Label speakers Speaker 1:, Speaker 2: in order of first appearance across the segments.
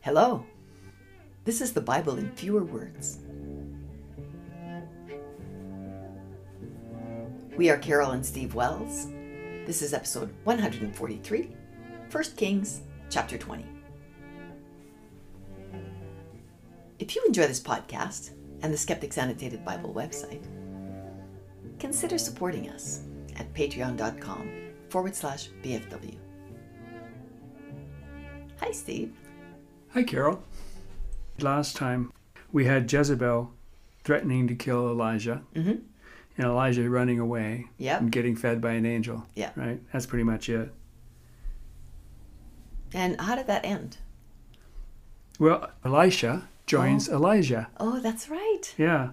Speaker 1: Hello. This is the Bible in fewer words. We are Carol and Steve Wells. This is episode 143, 1 Kings, chapter 20. If you enjoy this podcast and the Skeptics Annotated Bible website, consider supporting us at patreon.com forward slash BFW. Hi, Steve.
Speaker 2: Hi, Carol. Last time we had Jezebel threatening to kill Elijah
Speaker 1: Mhm.
Speaker 2: and Elijah running away
Speaker 1: Yep.
Speaker 2: and getting fed by an angel.
Speaker 1: Yeah.
Speaker 2: Right? That's pretty much it.
Speaker 1: And how did that end?
Speaker 2: Well, Elisha joins Elijah.
Speaker 1: Oh, that's right.
Speaker 2: Yeah.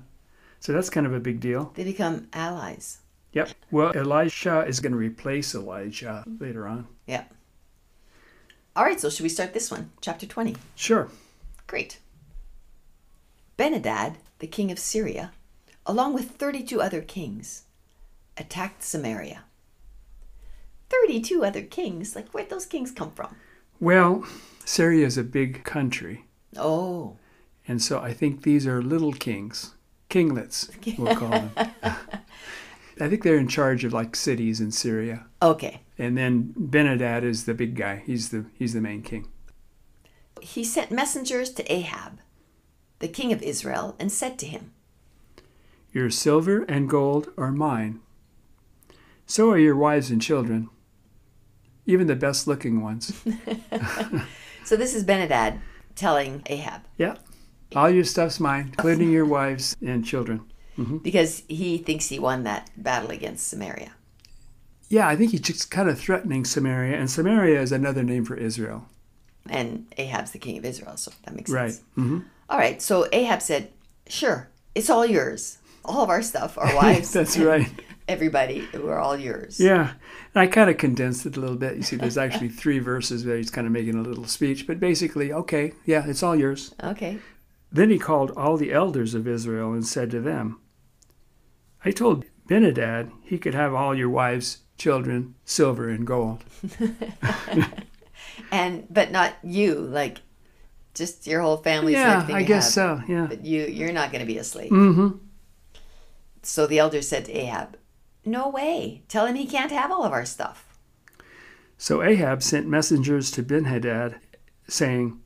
Speaker 2: So that's kind of a big deal.
Speaker 1: They become allies.
Speaker 2: Yep. Well, Elisha is going to replace Elijah later on.
Speaker 1: Yeah. All right, so should we start this one? Chapter 20.
Speaker 2: Sure.
Speaker 1: Great. Benadad, the king of Syria, along with 32 other kings, attacked Samaria. 32 other kings? Like, where'd those kings come from?
Speaker 2: Well, Syria is a big country.
Speaker 1: Oh,
Speaker 2: And so I think these are little kings, kinglets, we'll call them. I think they're in charge of like cities in Syria.
Speaker 1: okay.
Speaker 2: And then Benadad is the big guy. He's the he's the main king.
Speaker 1: He sent messengers to Ahab, the king of Israel, and said to him,
Speaker 2: Your silver and gold are mine. So are your wives and children, even the best looking ones.
Speaker 1: So this is Benadad telling Ahab,
Speaker 2: yeah. All your stuff's mine, including your wives and children.
Speaker 1: because he thinks he won that battle against Samaria.
Speaker 2: Yeah, I think he's just kind of threatening Samaria, and Samaria is another name for Israel.
Speaker 1: and Ahab's the king of Israel, so that makes
Speaker 2: Right. Mm-hmm.
Speaker 1: sense. All right, so Ahab said, "Sure, it's all yours. All of our stuff, our wives,
Speaker 2: That's right.
Speaker 1: everybody, we're all yours."
Speaker 2: Yeah. And I kind of condensed it a little bit. You see, there's actually three verses where he's kind of making a little speech, but basically, okay, yeah, it's all yours.
Speaker 1: Okay.
Speaker 2: Then he called all the elders of Israel and said to them, I told Benadad he could have all your wives, children, silver, and gold.
Speaker 1: And but not you, like just your whole family.
Speaker 2: yeah, I guess so. Yeah.
Speaker 1: But you, you're not going to be a slave.
Speaker 2: Mm-hmm.
Speaker 1: So the elder said to Ahab, "No way. Tell him he can't have all of our stuff."
Speaker 2: So Ahab sent messengers to Benhadad saying,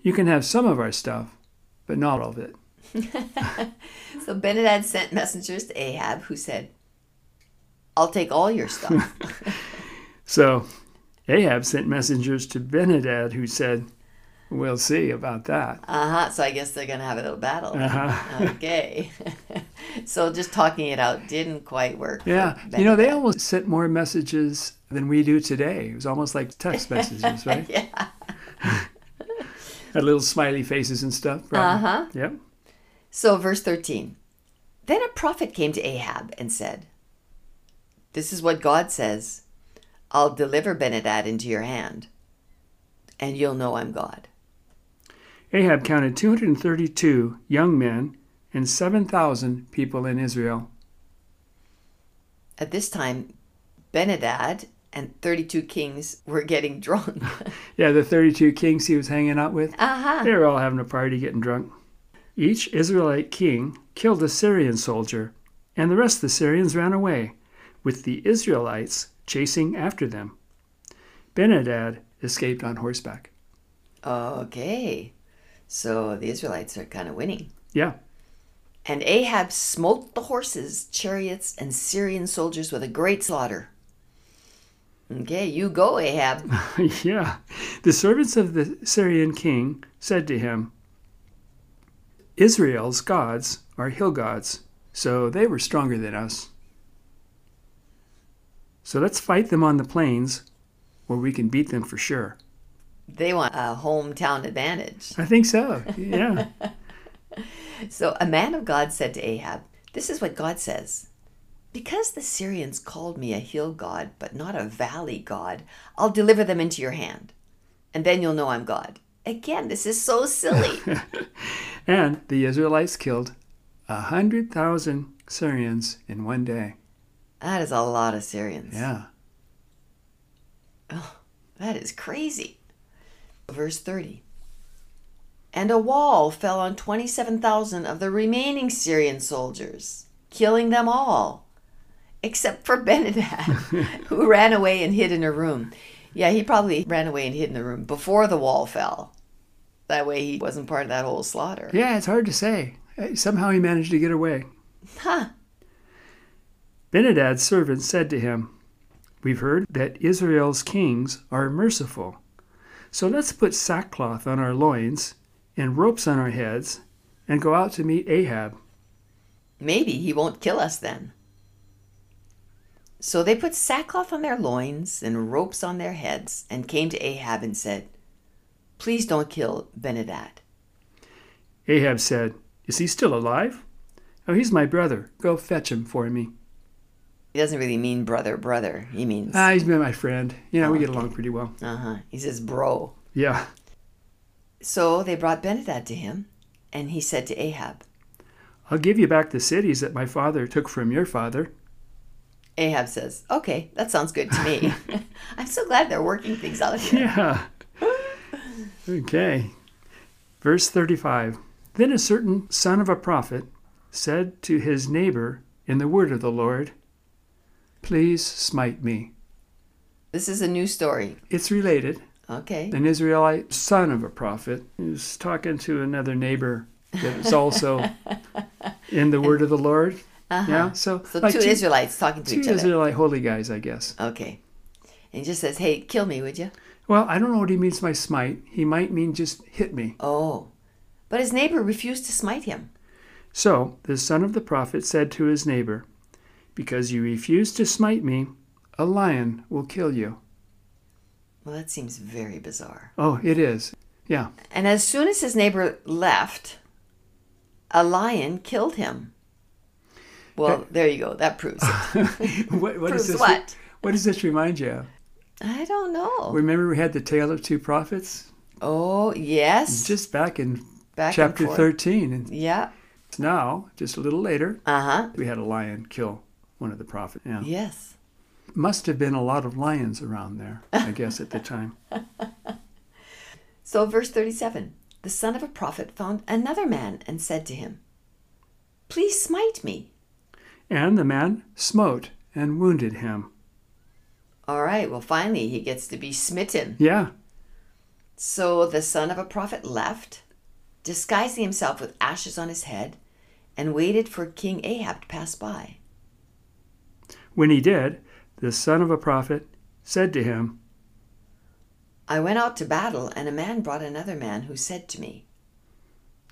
Speaker 2: You can have some of our stuff, but not all of it.
Speaker 1: So Benadad sent messengers to Ahab, who said, "I'll take all your stuff."
Speaker 2: So Ahab sent messengers to Benhadad who said, We'll see about that.
Speaker 1: Uh huh. So I guess they're gonna have a little battle.
Speaker 2: Uh-huh.
Speaker 1: okay. so just talking it out didn't quite work. for
Speaker 2: Yeah.
Speaker 1: Ben.
Speaker 2: You know, they almost sent more messages than we do today. It was almost like text messages, right?
Speaker 1: Yeah.
Speaker 2: Had little smiley faces and stuff.
Speaker 1: Uh
Speaker 2: Probably.
Speaker 1: huh.
Speaker 2: Yep.
Speaker 1: So verse thirteen. Then a prophet came to Ahab and said, "This is what God says: I'll deliver Benadad into your hand, and you'll know I'm God."
Speaker 2: Ahab counted 232 young men and 7,000 people in Israel.
Speaker 1: At this time, Benadad and thirty-two kings were getting drunk.
Speaker 2: Yeah, the 32 kings he was hanging out with,
Speaker 1: uh huh.
Speaker 2: they were all having a party getting drunk. Each Israelite king killed a Syrian soldier, and the rest of the Syrians ran away, with the Israelites chasing after them. Benadad escaped on horseback.
Speaker 1: Okay. So the Israelites are kind of winning.
Speaker 2: Yeah.
Speaker 1: And Ahab smote the horses, chariots, and Syrian soldiers with a great slaughter. Okay, you go, Ahab.
Speaker 2: yeah. The servants of the Syrian king said to him, Israel's gods are hill gods, so they were stronger than us. So let's fight them on the plains where we can beat them for sure.
Speaker 1: They want a hometown advantage.
Speaker 2: I think so. Yeah.
Speaker 1: So a man of God said to Ahab, This is what God says. Because the Syrians called me a hill god, but not a valley god, I'll deliver them into your hand. And then you'll know I'm God. Again, this is so silly.
Speaker 2: and the Israelites killed a 100,000 Syrians in one day.
Speaker 1: that is a lot of Syrians.
Speaker 2: Yeah.
Speaker 1: That is crazy. Verse 30. and a wall fell on 27,000 of the remaining Syrian soldiers, killing them all, except for Benedad, who ran away and hid in her room. Yeah, he probably ran away and hid in the room before the wall fell. That way he wasn't part of that whole slaughter.
Speaker 2: Yeah, it's hard to say. Uh, Somehow he managed to get away.
Speaker 1: Huh.
Speaker 2: Benadad's servants said to him, We've heard that Israel's kings are merciful. So let's put sackcloth on our loins and ropes on our heads and go out to meet Ahab.
Speaker 1: Maybe he won't kill us then. So they put sackcloth on their loins and ropes on their heads and came to Ahab and said, Please don't kill Benadad.
Speaker 2: Ahab said, Is he still alive? Oh, he's my brother. Go fetch him for me.
Speaker 1: He doesn't really mean brother, brother. He means,
Speaker 2: Ah, he's been my friend. You know, we
Speaker 1: Oh,
Speaker 2: get along pretty well.
Speaker 1: uh huh. He says bro.
Speaker 2: Yeah.
Speaker 1: So they brought Benadad to him, and he said to Ahab,
Speaker 2: I'll give you back the cities that my father took from your father.
Speaker 1: Ahab says, Okay, that sounds good to me. I'm so glad they're working things out here.
Speaker 2: Yeah. okay. Verse 35 Then a certain son of a prophet said to his neighbor in the word of the Lord, Please smite me.
Speaker 1: This is a new story.
Speaker 2: It's related.
Speaker 1: Okay.
Speaker 2: An Israelite son of a prophet is talking to another neighbor that's also in the word of the Lord.
Speaker 1: Uh-huh.
Speaker 2: Yeah. So,
Speaker 1: So
Speaker 2: like
Speaker 1: two Israelites talking to
Speaker 2: two
Speaker 1: each other.
Speaker 2: Israelite holy guys, I guess.
Speaker 1: Okay. And he just says, Hey, kill me, would you?
Speaker 2: Well, I don't know what he means by smite. He might mean just hit me.
Speaker 1: Oh. But his neighbor refused to smite him.
Speaker 2: So the son of the prophet said to his neighbor, Because you refuse to smite me, a lion will kill you.
Speaker 1: Well, that seems very bizarre.
Speaker 2: Oh, it is. Yeah.
Speaker 1: And as soon as his neighbor left, a lion killed him. Well, there you go. That proves it.
Speaker 2: what, what
Speaker 1: Proves
Speaker 2: does this,
Speaker 1: what?
Speaker 2: what does this remind you of?
Speaker 1: I don't know.
Speaker 2: Remember we had the tale of two prophets?
Speaker 1: Oh, yes.
Speaker 2: Just back in
Speaker 1: Back and
Speaker 2: chapter
Speaker 1: forth.
Speaker 2: 13. And
Speaker 1: Yeah.
Speaker 2: now, just a little later,
Speaker 1: Uh huh.
Speaker 2: we had a lion kill one of the prophets. Yeah.
Speaker 1: Yes.
Speaker 2: Must have been a lot of lions around there, I guess, at the time.
Speaker 1: So, verse 37 The son of a prophet found another man and said to him, Please smite me.
Speaker 2: And the man smote and wounded him.
Speaker 1: All right, well, finally he gets to be smitten.
Speaker 2: Yeah.
Speaker 1: So the son of a prophet left, disguising himself with ashes on his head, and waited for King Ahab to pass by.
Speaker 2: When he did, the son of a prophet said to him,
Speaker 1: I went out to battle, and a man brought another man who said to me,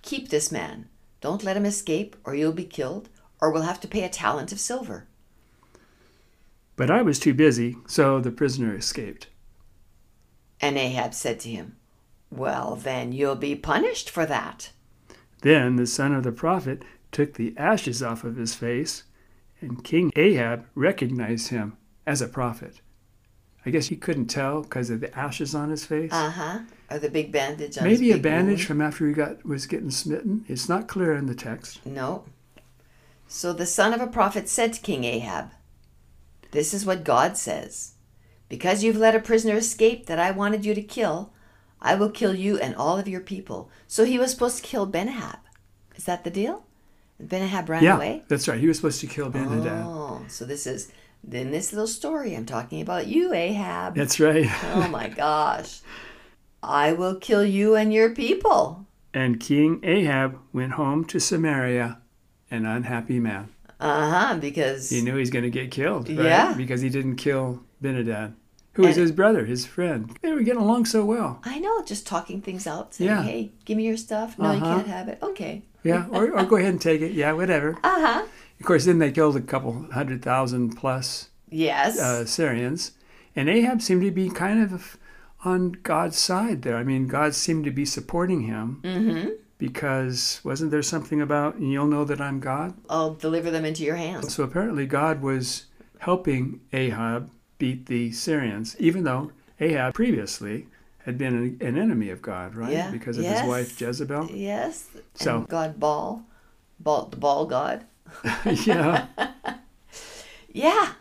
Speaker 1: Keep this man. Don't let him escape, or you'll be killed, or we'll have to pay a talent of silver.
Speaker 2: But I was too busy, so the prisoner escaped.
Speaker 1: And Ahab said to him, Well, then you'll be punished for that.
Speaker 2: Then the son of the prophet took the ashes off of his face, and King Ahab recognized him as a prophet. I guess he couldn't tell because of the ashes on his face.
Speaker 1: Uh huh. Or the big bandage on his
Speaker 2: Maybe a
Speaker 1: big wound.
Speaker 2: bandage from after he got was getting smitten. It's not clear in the text.
Speaker 1: No. So the son of a prophet said to King Ahab, This is what God says. Because you've let a prisoner escape that I wanted you to kill, I will kill you and all of your people. So he was supposed to kill Benahab. Is that the deal? Benahab ran
Speaker 2: yeah,
Speaker 1: away?
Speaker 2: that's right. He was supposed to kill Benadad.
Speaker 1: Oh, so this is in this little story I'm talking about you, Ahab.
Speaker 2: That's right.
Speaker 1: Oh my gosh. I will kill you and your people.
Speaker 2: and King Ahab went home to Samaria, an unhappy man.
Speaker 1: Uh huh, because.
Speaker 2: He knew he's going to get killed, right?
Speaker 1: Yeah.
Speaker 2: Because he didn't kill Benadad, who was
Speaker 1: And-
Speaker 2: his brother, his friend. They were getting along so well.
Speaker 1: I know, just talking things out, saying,
Speaker 2: Yeah.
Speaker 1: "Hey, give me your stuff. No, you
Speaker 2: Uh-huh.
Speaker 1: can't have it. Okay."
Speaker 2: Yeah, or, or go ahead and take it. Yeah, whatever.
Speaker 1: Uh huh.
Speaker 2: Of course, then they killed a couple hundred thousand plus
Speaker 1: Yes.
Speaker 2: uh, Syrians. And Ahab seemed to be kind of on God's side there. I mean, God seemed to be supporting him
Speaker 1: mm-hmm.
Speaker 2: because wasn't there something about, you'll know that I'm God?
Speaker 1: I'll deliver them into your hands.
Speaker 2: So apparently, God was helping Ahab beat the Syrians, even though Ahab previously had been an, an enemy of God, right?
Speaker 1: Yeah.
Speaker 2: Because of
Speaker 1: Yes.
Speaker 2: his wife Jezebel.
Speaker 1: Yes.
Speaker 2: So-
Speaker 1: and God Baal, Baal, the Baal God.
Speaker 2: yeah.
Speaker 1: Yeah.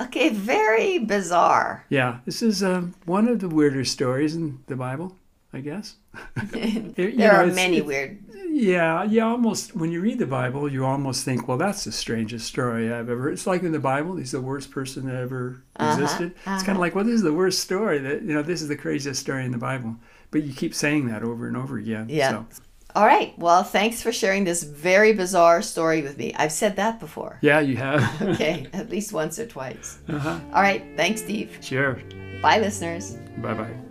Speaker 1: Okay. Very bizarre.
Speaker 2: Yeah. This is um, one of the weirder stories in the Bible. I guess.
Speaker 1: there
Speaker 2: You know,
Speaker 1: are
Speaker 2: it's-
Speaker 1: many
Speaker 2: it's-
Speaker 1: weird.
Speaker 2: Yeah, you almost when you read the Bible, you almost think, well, that's the strangest story I've ever. It's like in the Bible, he's the worst person that ever existed. It's kind of like, well, this is the worst story that you know. This is the craziest story in the Bible. But you keep saying that over and over again.
Speaker 1: Yeah.
Speaker 2: So,
Speaker 1: All right. Well, thanks for sharing this very bizarre story with me. I've said that before.
Speaker 2: yeah, you have.
Speaker 1: Okay, at least once or twice.
Speaker 2: uh-huh.
Speaker 1: All right. Thanks, Steve.
Speaker 2: Sure.
Speaker 1: Bye, listeners.
Speaker 2: Bye bye.